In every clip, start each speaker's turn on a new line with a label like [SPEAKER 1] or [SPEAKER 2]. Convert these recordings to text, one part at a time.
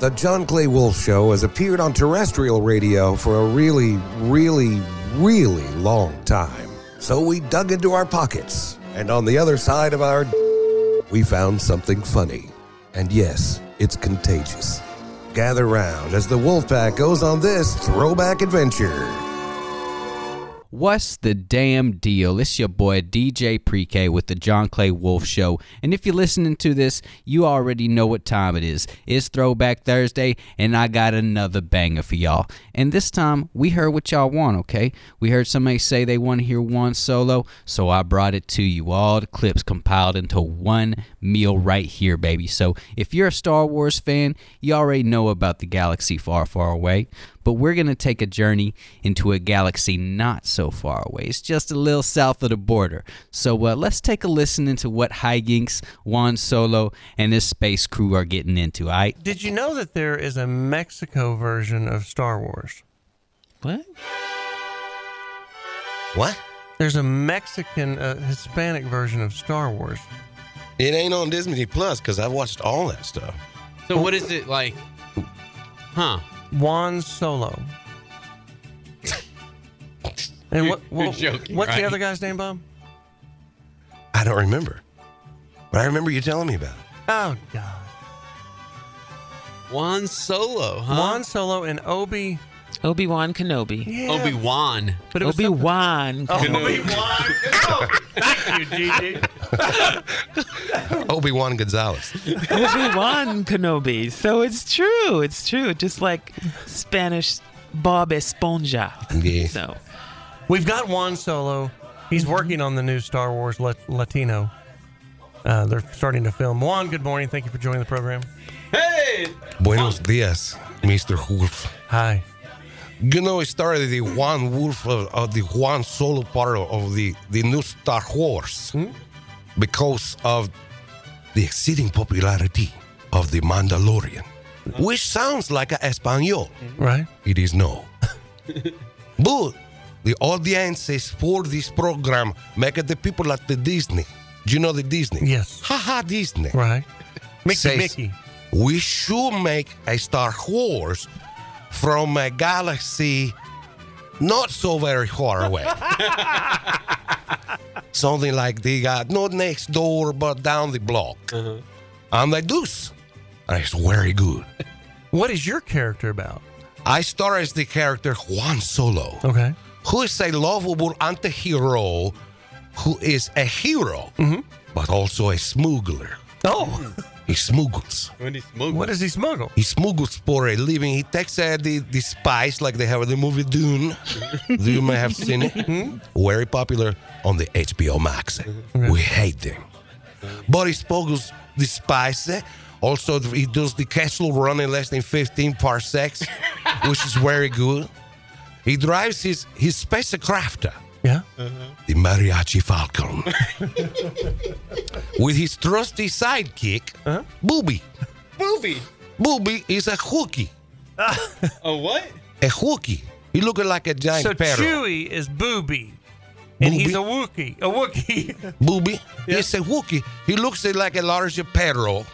[SPEAKER 1] The John Clay Wolf Show has appeared on terrestrial radio for a really, really, really long time. So we dug into our pockets, and on the other side of our we found something funny. And yes, it's contagious. Gather round as the Wolf Pack goes on this throwback adventure.
[SPEAKER 2] What's the damn deal? It's your boy DJ Pre-K with the John Clay Wolf Show. And if you're listening to this, you already know what time it is. It's Throwback Thursday, and I got another banger for y'all. And this time, we heard what y'all want, okay? We heard somebody say they want to hear one solo, so I brought it to you. All the clips compiled into one meal right here, baby. So if you're a Star Wars fan, you already know about the galaxy far, far away but we're going to take a journey into a galaxy not so far away. It's just a little south of the border. So uh, let's take a listen into what Hijinks, Juan Solo, and his space crew are getting into, all right?
[SPEAKER 3] Did you know that there is a Mexico version of Star Wars?
[SPEAKER 2] What?
[SPEAKER 1] What?
[SPEAKER 3] There's a Mexican uh, Hispanic version of Star Wars.
[SPEAKER 4] It ain't on Disney Plus because I've watched all that stuff.
[SPEAKER 5] So what is it like? Huh?
[SPEAKER 3] Juan Solo. And what,
[SPEAKER 5] You're
[SPEAKER 3] what-
[SPEAKER 5] joking,
[SPEAKER 3] what's
[SPEAKER 5] right?
[SPEAKER 3] the other guy's name, Bob?
[SPEAKER 4] I don't remember, but I remember you telling me about it.
[SPEAKER 3] Oh God,
[SPEAKER 5] Juan Solo, huh?
[SPEAKER 3] Juan Solo and Obi.
[SPEAKER 6] Obi Wan Kenobi.
[SPEAKER 3] Yeah,
[SPEAKER 5] Obi Wan.
[SPEAKER 3] but it was Oh,
[SPEAKER 6] Obi Wan.
[SPEAKER 4] Obi Wan Gonzalez.
[SPEAKER 6] Obi Wan Kenobi. So it's true. It's true. Just like Spanish Bob Esponja.
[SPEAKER 4] Yeah.
[SPEAKER 6] So
[SPEAKER 3] something- We've got Juan Solo. He's
[SPEAKER 5] Mm-hmm.
[SPEAKER 3] working on the new Star Wars Lat- Latino. Uh, they're starting to film. Juan, good morning. Thank you for joining the program.
[SPEAKER 5] Hey,
[SPEAKER 4] Buenos dias, Mr. Wolf.
[SPEAKER 3] Hi.
[SPEAKER 4] You know, it started the Juan Wolf of, of the Juan Solo part of- of the, the new Star Wars because of the exceeding popularity of the Mandalorian, which sounds like a Espanol.
[SPEAKER 3] Right.
[SPEAKER 4] It is no. but the audiences for this program make it the people at the Disney. Do you know the Disney?
[SPEAKER 3] Yes.
[SPEAKER 4] Haha, Disney.
[SPEAKER 3] Right. Mickey.
[SPEAKER 4] Says-
[SPEAKER 3] Mickey.
[SPEAKER 4] We should make a Star Wars from a galaxy not so very far away. Something like they got not next door, but down the block. And they do. And it's very good.
[SPEAKER 3] What is your character about?
[SPEAKER 4] I star as the character Juan Solo.
[SPEAKER 3] Okay.
[SPEAKER 4] who is a lovable anti-hero who is a hero but also a smuggler
[SPEAKER 3] Oh,
[SPEAKER 4] he smuggles
[SPEAKER 5] when he smoked.
[SPEAKER 3] what does he smuggle?
[SPEAKER 4] he smuggles for a living he takes uh, the, the spice like they have in the movie dune you may have seen it very popular on the hbo max we hate them but he smuggles the spice also he does the castle run in less than 15 parsecs which is very good he drives his, his spacecraft
[SPEAKER 3] Yeah.
[SPEAKER 4] the Mariachi Falcon, with his trusty sidekick, Booby.
[SPEAKER 5] movie?
[SPEAKER 4] Booby is a hookie.
[SPEAKER 5] Oh, what?
[SPEAKER 4] A hookie. He looking like a giant
[SPEAKER 3] So
[SPEAKER 4] parrot.
[SPEAKER 3] Chewie is Booby, and he's a
[SPEAKER 4] Booby?
[SPEAKER 3] Wookie. A Wookie,
[SPEAKER 4] Booby is a hookie. He looks like a larger parrot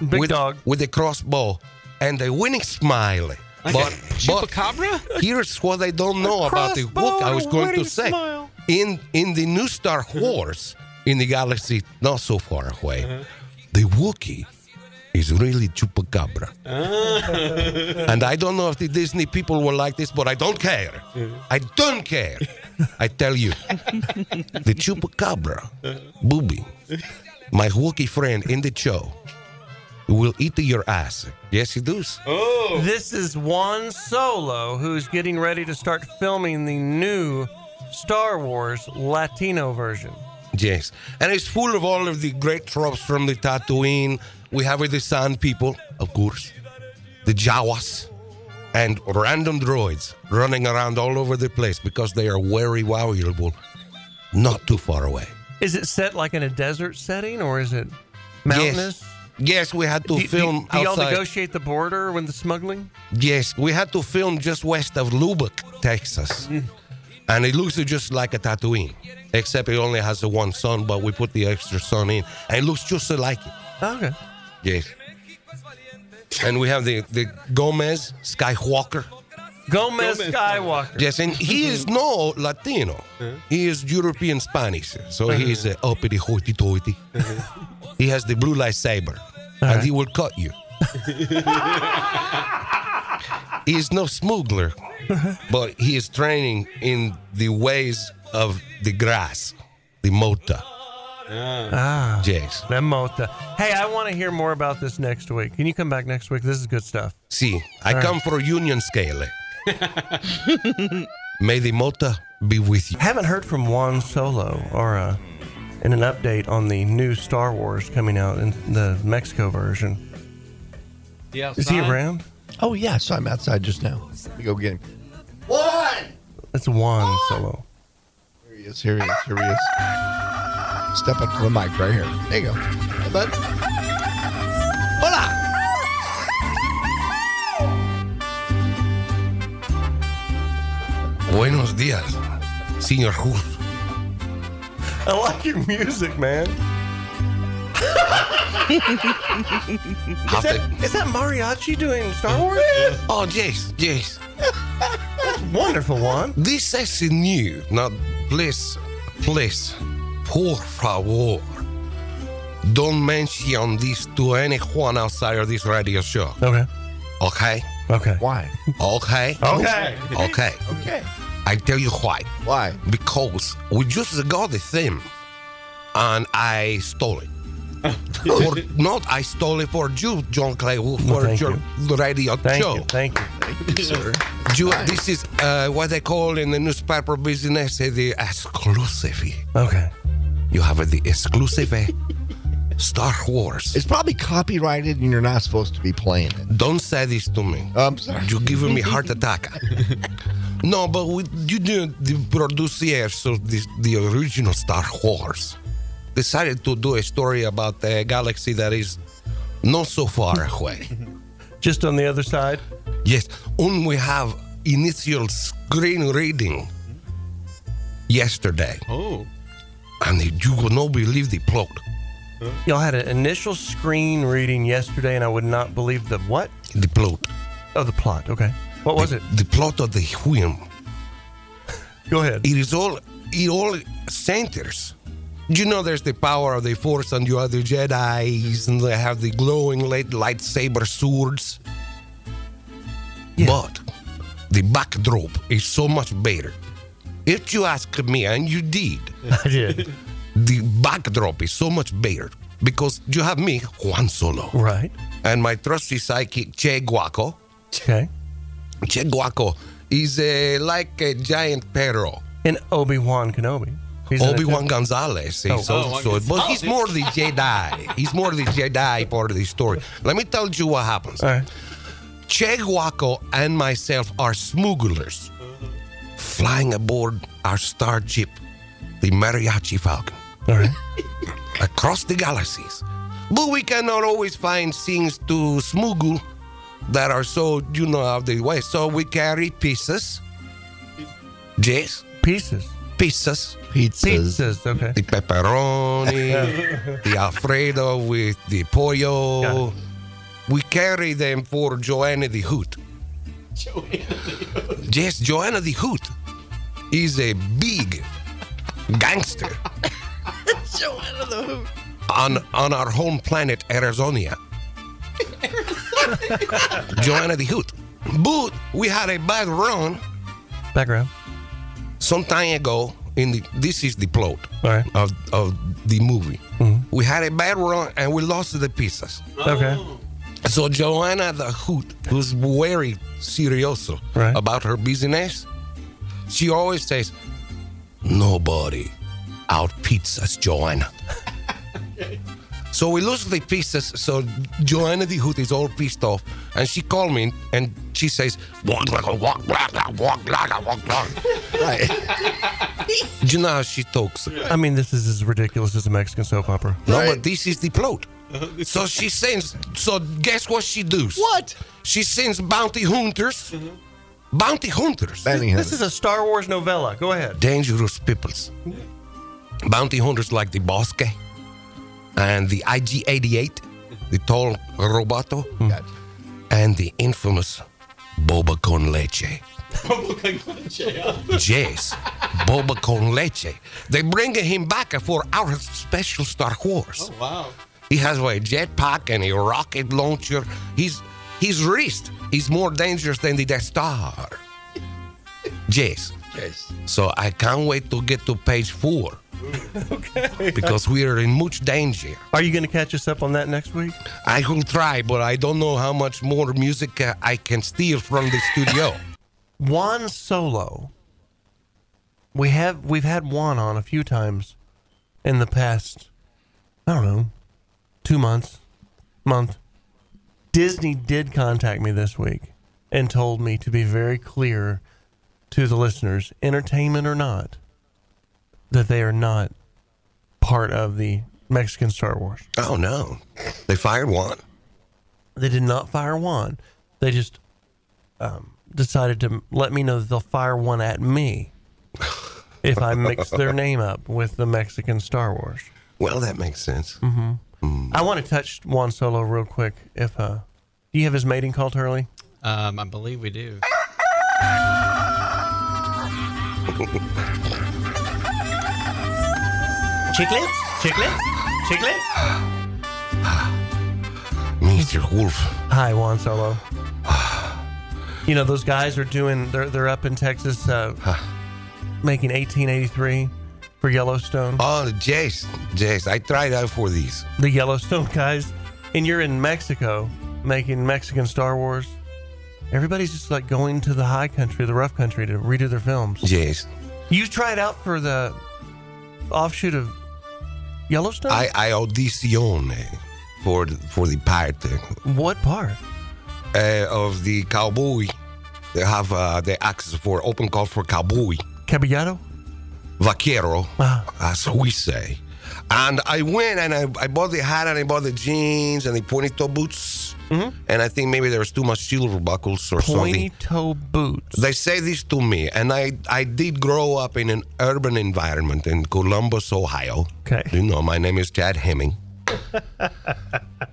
[SPEAKER 3] big
[SPEAKER 4] with,
[SPEAKER 3] dog.
[SPEAKER 4] with a crossbow and a winning smile. but, but
[SPEAKER 5] Chupacabra?
[SPEAKER 4] here's what I don't know about the
[SPEAKER 3] crossbow
[SPEAKER 4] hook I
[SPEAKER 3] and
[SPEAKER 4] was
[SPEAKER 3] a
[SPEAKER 4] going to
[SPEAKER 3] winning
[SPEAKER 4] say.
[SPEAKER 3] smile.
[SPEAKER 4] In in the new Star Wars, in the galaxy not so far away,
[SPEAKER 3] Uh-huh.
[SPEAKER 4] the Wookiee is really Chupacabra.
[SPEAKER 3] Ah.
[SPEAKER 4] and I don't know if the Disney people will like this, but I don't care.
[SPEAKER 3] Uh-huh.
[SPEAKER 4] I don't care. I tell you, the Chupacabra,
[SPEAKER 3] Uh-huh.
[SPEAKER 4] Booby, my Wookiee friend in the show, will eat your ass. Yes, he does.
[SPEAKER 3] This is Juan Solo, who's getting ready to start filming the new Star Wars Latino version.
[SPEAKER 4] Yes, and it's full of all of the great tropes from the Tatooine. We have the Sand People, of course, the Jawas, and random droids running around all over the place because they are very valuable, not too far away.
[SPEAKER 3] Is it set like in a desert setting, or is it mountainous?
[SPEAKER 4] Yes, we had to
[SPEAKER 3] Do, do-
[SPEAKER 4] film
[SPEAKER 3] do y'all
[SPEAKER 4] outside.
[SPEAKER 3] negotiate the border when the smuggling?
[SPEAKER 4] Yes, we had to film just west of Lubbock, Texas, and it looks just like a Tatooine, except it only has the one sun, but we put the extra sun in, and it looks just like it.
[SPEAKER 3] Okay.
[SPEAKER 4] Yes. and we have the, the Gomez Skywalker.
[SPEAKER 3] Gomez
[SPEAKER 5] Gomez.
[SPEAKER 3] Skywalker.
[SPEAKER 4] Yes, and he is no Latino. He is European Spanish, so he is a uppity hoity toity. He has the blue lightsaber, and he will cut you. he is no smuggler, but he is training in the ways of the grass, the mota.
[SPEAKER 3] Ah,
[SPEAKER 4] Yes.
[SPEAKER 3] them mota. Hey, I want to hear more about this next week. Can you come back next week? This is good stuff.
[SPEAKER 4] See, I
[SPEAKER 3] right.
[SPEAKER 4] come for union scale. May the mota be with you.
[SPEAKER 3] Haven't heard from Juan Solo or uh, in an update on the new Star Wars coming out in the Mexico version. Is he around?
[SPEAKER 7] Oh yeah, so I'm outside just now. Let me go get him.
[SPEAKER 3] It's Juan Solo.
[SPEAKER 7] Here he is. Here he is. Here he is. Step up to the mic right here. There you go. Hey, bud. Hola.
[SPEAKER 4] Buenos dias, señor Jules.
[SPEAKER 3] I like your music, man.
[SPEAKER 4] Have to-
[SPEAKER 3] Is that mariachi doing Star Wars?
[SPEAKER 4] Oh, yes, yes.
[SPEAKER 3] Wonderful, Juan.
[SPEAKER 4] This is new. Now, please, please, por favor, don't mention this to anyone outside of this radio show.
[SPEAKER 3] Okay.
[SPEAKER 4] Okay?
[SPEAKER 3] Okay.
[SPEAKER 7] Why?
[SPEAKER 4] Okay?
[SPEAKER 3] Okay.
[SPEAKER 4] Okay.
[SPEAKER 7] Okay.
[SPEAKER 4] I tell you why.
[SPEAKER 7] Why?
[SPEAKER 4] Because we just got the theme and I stole it. for, not I stole it for you, John Clay, for
[SPEAKER 3] thank
[SPEAKER 4] your radio
[SPEAKER 3] Thank
[SPEAKER 4] show.
[SPEAKER 3] you. Thank you.
[SPEAKER 4] You, this is uh, what they call in the newspaper business uh, the exclusive.
[SPEAKER 3] Okay.
[SPEAKER 4] You have the exclusive uh, Star Wars.
[SPEAKER 7] It's probably copyrighted and you're not supposed to be playing it. Oh,
[SPEAKER 4] Don't say this to me.
[SPEAKER 7] I'm sorry.
[SPEAKER 4] You're giving me heart attack. no, but we, you do the producers of this, the original Star Wars decided to do a story about a galaxy that is not so far away.
[SPEAKER 3] Just on the other side.
[SPEAKER 4] Yes, only we have initial screen reading yesterday,
[SPEAKER 5] Oh.
[SPEAKER 4] and you will not believe the plot.
[SPEAKER 3] Y'all had an initial screen reading yesterday, and I would not believe the what?
[SPEAKER 4] The plot.
[SPEAKER 3] Oh, the plot. Okay. What was
[SPEAKER 4] the,
[SPEAKER 3] it?
[SPEAKER 4] The plot of the film.
[SPEAKER 3] Go ahead.
[SPEAKER 4] It is all. It all centers. You know, there's the power of the Force, and you have the Jedi's, and they have the glowing light lightsaber swords. But the backdrop is so much better. If you ask me, and you did,
[SPEAKER 3] I did.
[SPEAKER 4] the backdrop is so much better because you have me, Juan Solo,
[SPEAKER 3] Right.
[SPEAKER 4] and my trusty psychic, Che Guaco.
[SPEAKER 3] Okay.
[SPEAKER 4] Che Guaco is uh, like a giant perro.
[SPEAKER 3] And Obi Wan Kenobi. He's an
[SPEAKER 4] Obi Wan Gonzalez. He's
[SPEAKER 3] Oh,
[SPEAKER 4] also,
[SPEAKER 5] Juan
[SPEAKER 4] but he's more
[SPEAKER 5] Gonzalez.
[SPEAKER 4] the Jedi. He's more the Jedi part of the story. Let me tell you what happens.
[SPEAKER 3] All right.
[SPEAKER 4] Che Guaco and myself are smugglers
[SPEAKER 3] Mm-hmm.
[SPEAKER 4] flying aboard our starship, the Mariachi Falcon.
[SPEAKER 3] All right.
[SPEAKER 4] across the galaxies. But we cannot always find things to smuggle that are so, you know, out of the way. So we carry pieces. Yes,
[SPEAKER 3] Pieces.
[SPEAKER 4] pieces.
[SPEAKER 7] Pizzas.
[SPEAKER 3] Pieces. Okay.
[SPEAKER 4] The pepperoni, the Alfredo with the
[SPEAKER 3] Got
[SPEAKER 4] pollo. We carry them for Joanna the Hoot. Yes, Joanna the Hoot is a big gangster. Joanna the Hoot. On, on our home planet, Arizona. Joanna the Hoot. But we had a bad run
[SPEAKER 3] Background.
[SPEAKER 4] some time ago. In the, this is the plot
[SPEAKER 3] All right.
[SPEAKER 4] of, of the movie. We had a bad run and we lost the pieces.
[SPEAKER 3] Okay.
[SPEAKER 4] So Joanna the Hoot, who's very serious
[SPEAKER 3] Right.
[SPEAKER 4] about her business, she always says, "Nobody out pizzas Joanna." so we lose the pizzas. So Joanna the Hoot is all pissed off, and she called me and she says, "Walk like a walk, walk like a walk, like a walk, like a-"
[SPEAKER 7] Right.
[SPEAKER 4] You know how she talks.
[SPEAKER 3] I mean, this is as ridiculous as a Mexican soap opera.
[SPEAKER 4] No,
[SPEAKER 7] Right. Uh-huh.
[SPEAKER 4] but this is the plot. so she sends. So guess what she does?
[SPEAKER 7] What? Mm-hmm.
[SPEAKER 4] She sends bounty hunters. Bounty hunters.
[SPEAKER 7] Benny
[SPEAKER 3] This is a Star Wars novella. Go ahead.
[SPEAKER 4] Dangerous peoples. Bounty hunters like the Bosque and the IG 88, the tall roboto.
[SPEAKER 7] Hunt.
[SPEAKER 4] and the infamous boba con leche. Yes, boba con leche. They bring him back for our special Star Wars.
[SPEAKER 5] Wow.
[SPEAKER 4] He has a jetpack and a rocket launcher. His his wrist is more dangerous than the Death Star. Yes.
[SPEAKER 7] Yes.
[SPEAKER 4] So I can't wait to get to page four. okay. Because we are in much danger.
[SPEAKER 3] Are you going to catch us up on that next week?
[SPEAKER 4] I will try, but I don't know how much more music uh, I can steal from the studio.
[SPEAKER 3] Juan Solo. We have we've had Juan on a few times in the past. I don't know, two months, month. Disney did contact me this week and told me to be very clear to the listeners, entertainment or not, that they are not part of the Mexican Star Wars.
[SPEAKER 4] oh no, they fired one.
[SPEAKER 3] They did not fire one. They just um, decided to let me know that they'll fire one at me if I mix their name up with the Mexican Star Wars.
[SPEAKER 4] Well, that makes sense.
[SPEAKER 3] I want to touch Juan Solo real quick. If uh, do you have his mating call, Turley?
[SPEAKER 5] Um, I believe we do.
[SPEAKER 3] Chicklets, chicklets, chicklets.
[SPEAKER 4] Mr. Wolf.
[SPEAKER 3] Hi, Juan Solo. You know those guys are doing. They're they're up in Texas, uh, making 1883 for Yellowstone.
[SPEAKER 4] Oh, yes, yes, I tried out for these.
[SPEAKER 3] the Yellowstone guys, and you're in Mexico making Mexican Star Wars. Everybody's just like going to the high country, the rough country to redo their films.
[SPEAKER 4] Yes,
[SPEAKER 3] You tried out for the offshoot of Yellowstone?
[SPEAKER 4] I, I auditioned for the, for the part uh,
[SPEAKER 3] what part?
[SPEAKER 4] of the cowboy. They have uh, the access for open call for cowboy,
[SPEAKER 3] Caballero?
[SPEAKER 4] vaquero,
[SPEAKER 3] Ah.
[SPEAKER 4] as we say. And I went and I, I bought the hat and I bought the jeans and the pointy toe boots. And I think maybe there was too much silver buckles or something.
[SPEAKER 3] Pointy toe boots.
[SPEAKER 4] They say this to me, and I, I did grow up in an urban environment in Columbus, Ohio.
[SPEAKER 3] Okay.
[SPEAKER 4] You know, my name is Chad Hemming.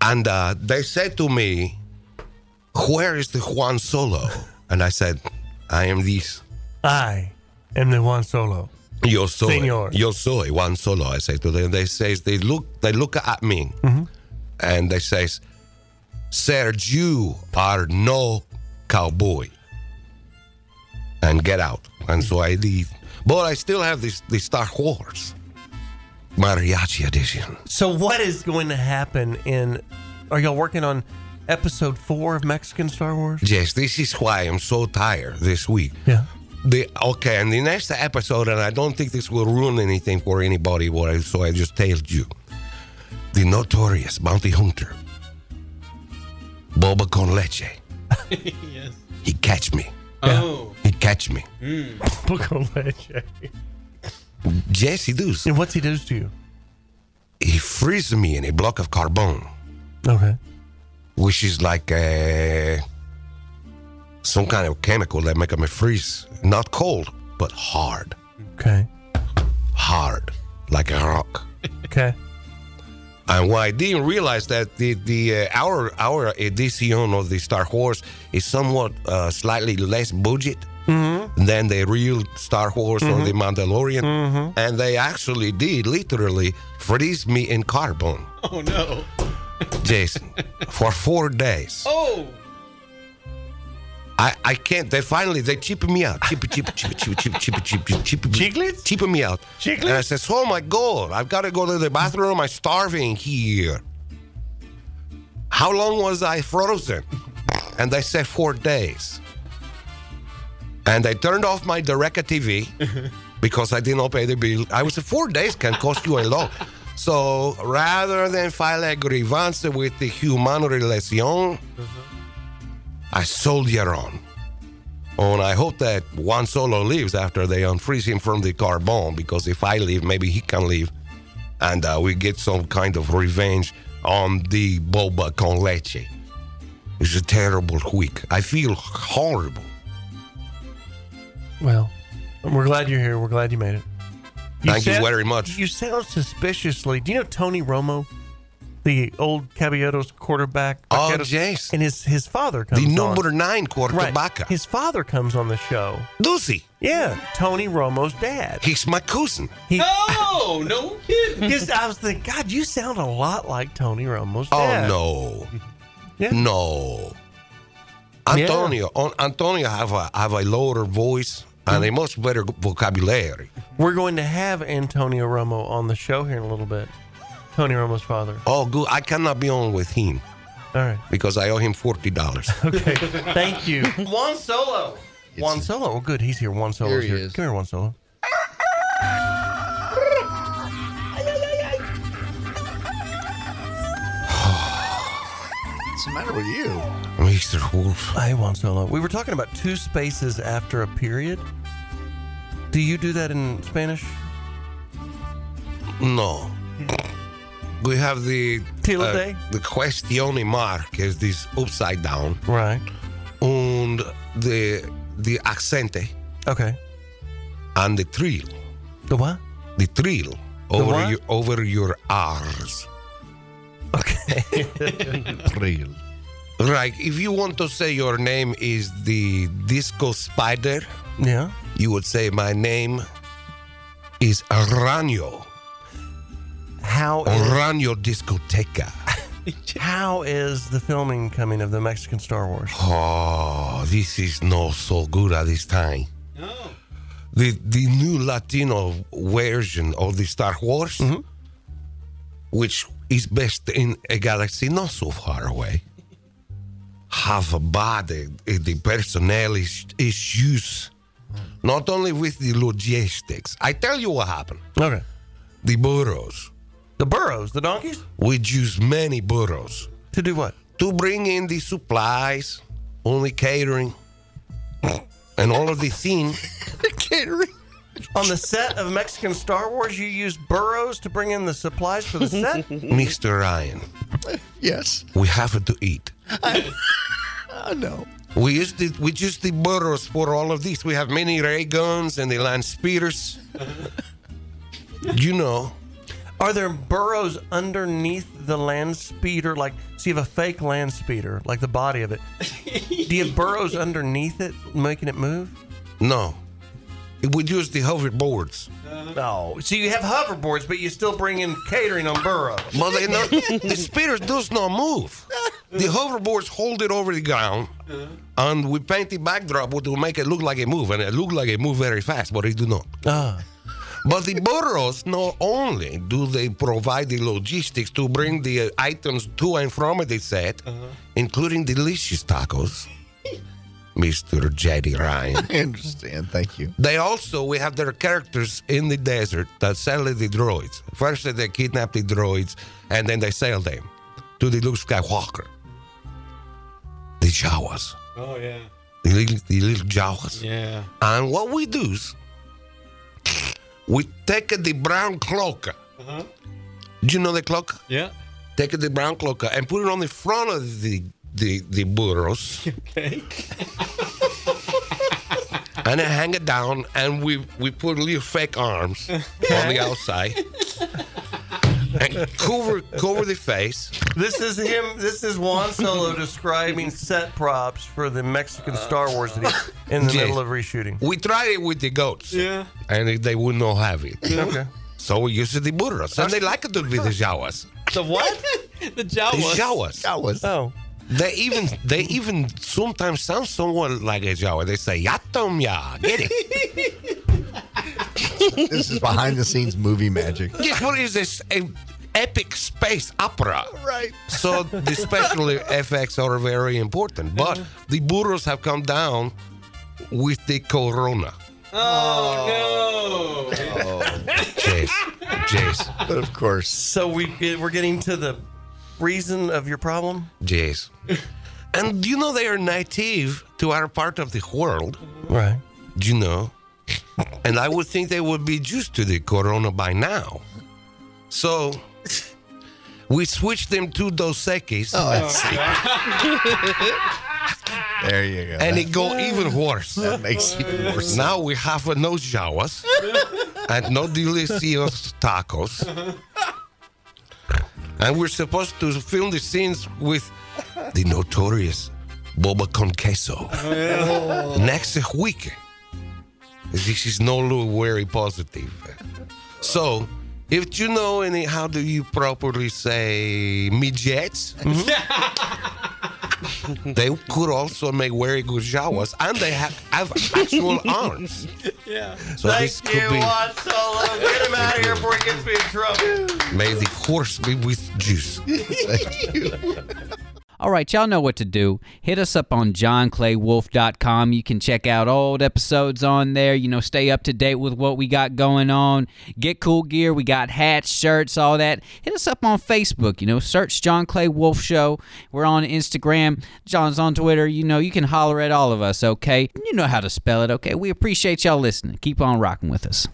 [SPEAKER 4] and uh, they said to me, Where is the Juan Solo? And I said, I am this.
[SPEAKER 3] I am the Juan Solo.
[SPEAKER 4] Yo soy.
[SPEAKER 3] Señor.
[SPEAKER 4] Yo soy Juan Solo. I say to them, they says they look they look at me and they says, Sir, you are no cowboy. And get out. And so I leave. But I still have this the Star Wars mariachi edition.
[SPEAKER 3] So what is going to happen in are y'all working on episode four of Mexican Star Wars?
[SPEAKER 4] Yes, this is why I'm so tired this week.
[SPEAKER 3] Yeah.
[SPEAKER 4] The, okay, and the next episode, and I don't think this will ruin anything for anybody, what I, so I just tell you. The notorious bounty hunter, Boba Con Leche.
[SPEAKER 5] Yes.
[SPEAKER 4] He catch me.
[SPEAKER 5] Oh.
[SPEAKER 4] He catch me.
[SPEAKER 3] Book on Leche.
[SPEAKER 4] Yes, he does.
[SPEAKER 3] And what's he do to you?
[SPEAKER 4] He freezes me in a block of carbon,
[SPEAKER 3] Okay.
[SPEAKER 4] which is like uh some kind of chemical that make me freeze. Not cold, but hard.
[SPEAKER 3] Okay.
[SPEAKER 4] Hard. Like a rock.
[SPEAKER 3] Okay.
[SPEAKER 4] And what I didn't realize that the the uh, our our edition of the Star Wars is somewhat uh, slightly less budget
[SPEAKER 5] Mm-hmm.
[SPEAKER 4] than the real Star Wars or the Mandalorian,
[SPEAKER 5] Mm-hmm.
[SPEAKER 4] and they actually did literally freeze me in carbon,
[SPEAKER 5] Oh no.
[SPEAKER 4] Jason, for four days.
[SPEAKER 5] Oh.
[SPEAKER 4] I, I can't. They finally they chip me out. Chip chip chip chip chip chip chip chip chip
[SPEAKER 3] Chiclets?
[SPEAKER 4] chip me out.
[SPEAKER 3] Chiclets?
[SPEAKER 4] And I says, oh my god, I've got to go to the bathroom. I'm starving here. How long was I frozen? And they said four days. And I turned off my Direct TV because I did not pay the bill. I was four days can cost you a lot. So rather than file a grievance with the human relation, I soldier on. And I hope that Juan Solo lives after they unfreeze him from the carbon, because if I leave, maybe he can leave. And uh, we get some kind of revenge on the boba con leche. It's a terrible week. I feel horrible. Uh,
[SPEAKER 3] Well, we're glad you're here. We're glad you made it.
[SPEAKER 4] Thank you
[SPEAKER 3] sound-
[SPEAKER 4] very much.
[SPEAKER 3] You sound suspiciously. Do you know Tony Romo? the old Caballeros quarterback.
[SPEAKER 4] Oh,
[SPEAKER 3] Caballeros,
[SPEAKER 4] yes.
[SPEAKER 3] And his his father comes
[SPEAKER 4] The
[SPEAKER 3] on.
[SPEAKER 4] number nine
[SPEAKER 3] right.
[SPEAKER 4] quarterback.
[SPEAKER 3] His father comes on the show.
[SPEAKER 4] Lucy,
[SPEAKER 3] Yeah, Tony Romo's dad.
[SPEAKER 4] he's my cousin.
[SPEAKER 3] He,
[SPEAKER 5] No, no kidding.
[SPEAKER 3] Because I was thinking, God, you sound a lot like Tony Romo's
[SPEAKER 4] Oh
[SPEAKER 3] dad.
[SPEAKER 4] no,
[SPEAKER 3] Yeah.
[SPEAKER 4] no. Antonio, on, Antonio have a have a lower voice and a
[SPEAKER 3] Mm.
[SPEAKER 4] much better vocabulary.
[SPEAKER 3] We're going to have Antonio Romo on the show here in a little bit. Tony Romo's father.
[SPEAKER 4] Oh, good. I cannot be on with him
[SPEAKER 3] All right.
[SPEAKER 4] because I owe him forty dollars.
[SPEAKER 3] Okay. Thank you. One solo. One solo. Well, good. He's here. One solo.
[SPEAKER 7] Here
[SPEAKER 3] is
[SPEAKER 7] he
[SPEAKER 3] here.
[SPEAKER 7] is.
[SPEAKER 3] Come here, one solo.
[SPEAKER 7] What's the matter with you?
[SPEAKER 4] Mr. Wolf,
[SPEAKER 3] Hey, one solo. We were talking about two spaces after a period. Do you do that in Spanish?
[SPEAKER 4] no. We have the uh,
[SPEAKER 3] Tilde.
[SPEAKER 4] the questione mark is this upside down
[SPEAKER 3] Right.
[SPEAKER 4] and the the accente
[SPEAKER 3] Okay.
[SPEAKER 4] and the trill.
[SPEAKER 3] The what?
[SPEAKER 4] the trill over
[SPEAKER 3] what?
[SPEAKER 4] your over your R's.
[SPEAKER 3] Okay.
[SPEAKER 7] Real.
[SPEAKER 4] Like if you want to say your name is the disco spider,
[SPEAKER 3] yeah.
[SPEAKER 4] you would say my name is Ranyo.
[SPEAKER 3] How is,
[SPEAKER 4] Ranyo discoteca.
[SPEAKER 3] how is the filming coming of the Mexican Star Wars?
[SPEAKER 4] Oh, this is not so good at this time.
[SPEAKER 5] No.
[SPEAKER 4] The the new Latino version of the Star Wars, which is best in a galaxy not so far away. Have a body, uh, the personnel is- issues, not only with the logistics. I tell you what happened.
[SPEAKER 3] Okay.
[SPEAKER 4] The burros.
[SPEAKER 3] The burros, the donkeys?
[SPEAKER 4] We use many burros
[SPEAKER 3] To do what?
[SPEAKER 4] to bring in the supplies, only catering, and all of the things.
[SPEAKER 3] On the set of Mexican Star Wars, you use burros to bring in the supplies for the set?
[SPEAKER 4] Mr. Ryan,
[SPEAKER 7] Yes.
[SPEAKER 4] we have to eat.
[SPEAKER 7] I know.
[SPEAKER 4] We use the we use the burros for all of this. We have many ray guns and the land speeders. you know,
[SPEAKER 3] Are there burrows underneath the land speeder? Like, so you have a fake land speeder, like the body of it. Do you have burrows underneath it, making it move?
[SPEAKER 4] no. We use the hoverboards,
[SPEAKER 3] No. So you have hoverboards, but you still bring in catering on burrows.
[SPEAKER 4] but they not, the speeders does not move. The hoverboards hold it over the ground, and we paint the backdrop to make it look like it move, and it look like it move very fast, but it do not.
[SPEAKER 3] Ah.
[SPEAKER 4] But the burros not only do they provide the logistics to bring the uh, items to and from the set, including delicious tacos, Mr. Jetty Ryan.
[SPEAKER 7] I understand. Thank you.
[SPEAKER 4] They also we have their characters in the desert that sell the droids. First they kidnap the droids, and then they sell them to the Luke Skywalker, the Jawas,
[SPEAKER 5] Oh yeah.
[SPEAKER 4] the little, the little Jawas.
[SPEAKER 5] Yeah.
[SPEAKER 4] And what we do is we take the brown cloak.
[SPEAKER 5] Uh-huh.
[SPEAKER 4] Do you know the cloak?
[SPEAKER 5] Yeah.
[SPEAKER 4] Take the brown cloak and put it on the front of the the, the burros
[SPEAKER 5] Okay.
[SPEAKER 4] and then hang it down and we, we put little fake arms on the outside and cover cover the face.
[SPEAKER 3] This is him. This is Juan Solo describing set props for the
[SPEAKER 5] Uh,
[SPEAKER 3] Mexican Star Wars that he's in the
[SPEAKER 4] Yes.
[SPEAKER 3] middle of reshooting.
[SPEAKER 4] We tried it with the goats
[SPEAKER 5] Yeah.
[SPEAKER 4] and they would not have it.
[SPEAKER 3] Okay.
[SPEAKER 4] So we used the burros and they like it to be the Jawas.
[SPEAKER 3] The what?
[SPEAKER 4] The
[SPEAKER 5] The Jawas.
[SPEAKER 4] Jawas.
[SPEAKER 7] That was.
[SPEAKER 3] Oh.
[SPEAKER 4] They even they even sometimes sound somewhat like a Jawa. They say yatom ya, get it?
[SPEAKER 7] This is behind the scenes movie magic.
[SPEAKER 4] yes, what is this? A epic space opera.
[SPEAKER 7] Right.
[SPEAKER 4] So the special effects are very important. But the burros have come down with the corona.
[SPEAKER 5] Oh no.
[SPEAKER 4] Yes, yes,
[SPEAKER 7] But of course,
[SPEAKER 3] So we we're getting to the reason of your problem.
[SPEAKER 4] yes. And you know they are native to our part of the world.
[SPEAKER 3] Right.
[SPEAKER 4] you know. And I would think they would be used to the corona by now. So we switched them to Dos Equis,
[SPEAKER 7] oh, I see. there you go.
[SPEAKER 4] and it go even worse.
[SPEAKER 7] that makes even more sense.
[SPEAKER 4] Now we have uh, no jawas and no delicious tacos. And we're supposed to film the scenes with the notorious Boba Con Queso.
[SPEAKER 5] Oh.
[SPEAKER 4] Next week. This is no very positive. So, if you know any, how do you properly say midgets? they could also make very good showers, and they have, have actual arms. Yeah. So this
[SPEAKER 5] Thank
[SPEAKER 4] could
[SPEAKER 5] you,
[SPEAKER 4] be
[SPEAKER 5] Han Solo. Get him out of here before he gets me in trouble.
[SPEAKER 4] may the horse be with juice.
[SPEAKER 2] All right, y'all know what to do. Hit us up on johnclaywolf.com. You can check out old episodes on there. You know, stay up to date with what we got going on. Get cool gear. We got hats, shirts, all that. Hit us up on Facebook. You know, search John Clay Wolf Show. We're on Instagram. John's on Twitter. You know, you can holler at all of us, okay? You know how to spell it, okay? We appreciate y'all listening. Keep on rocking with us.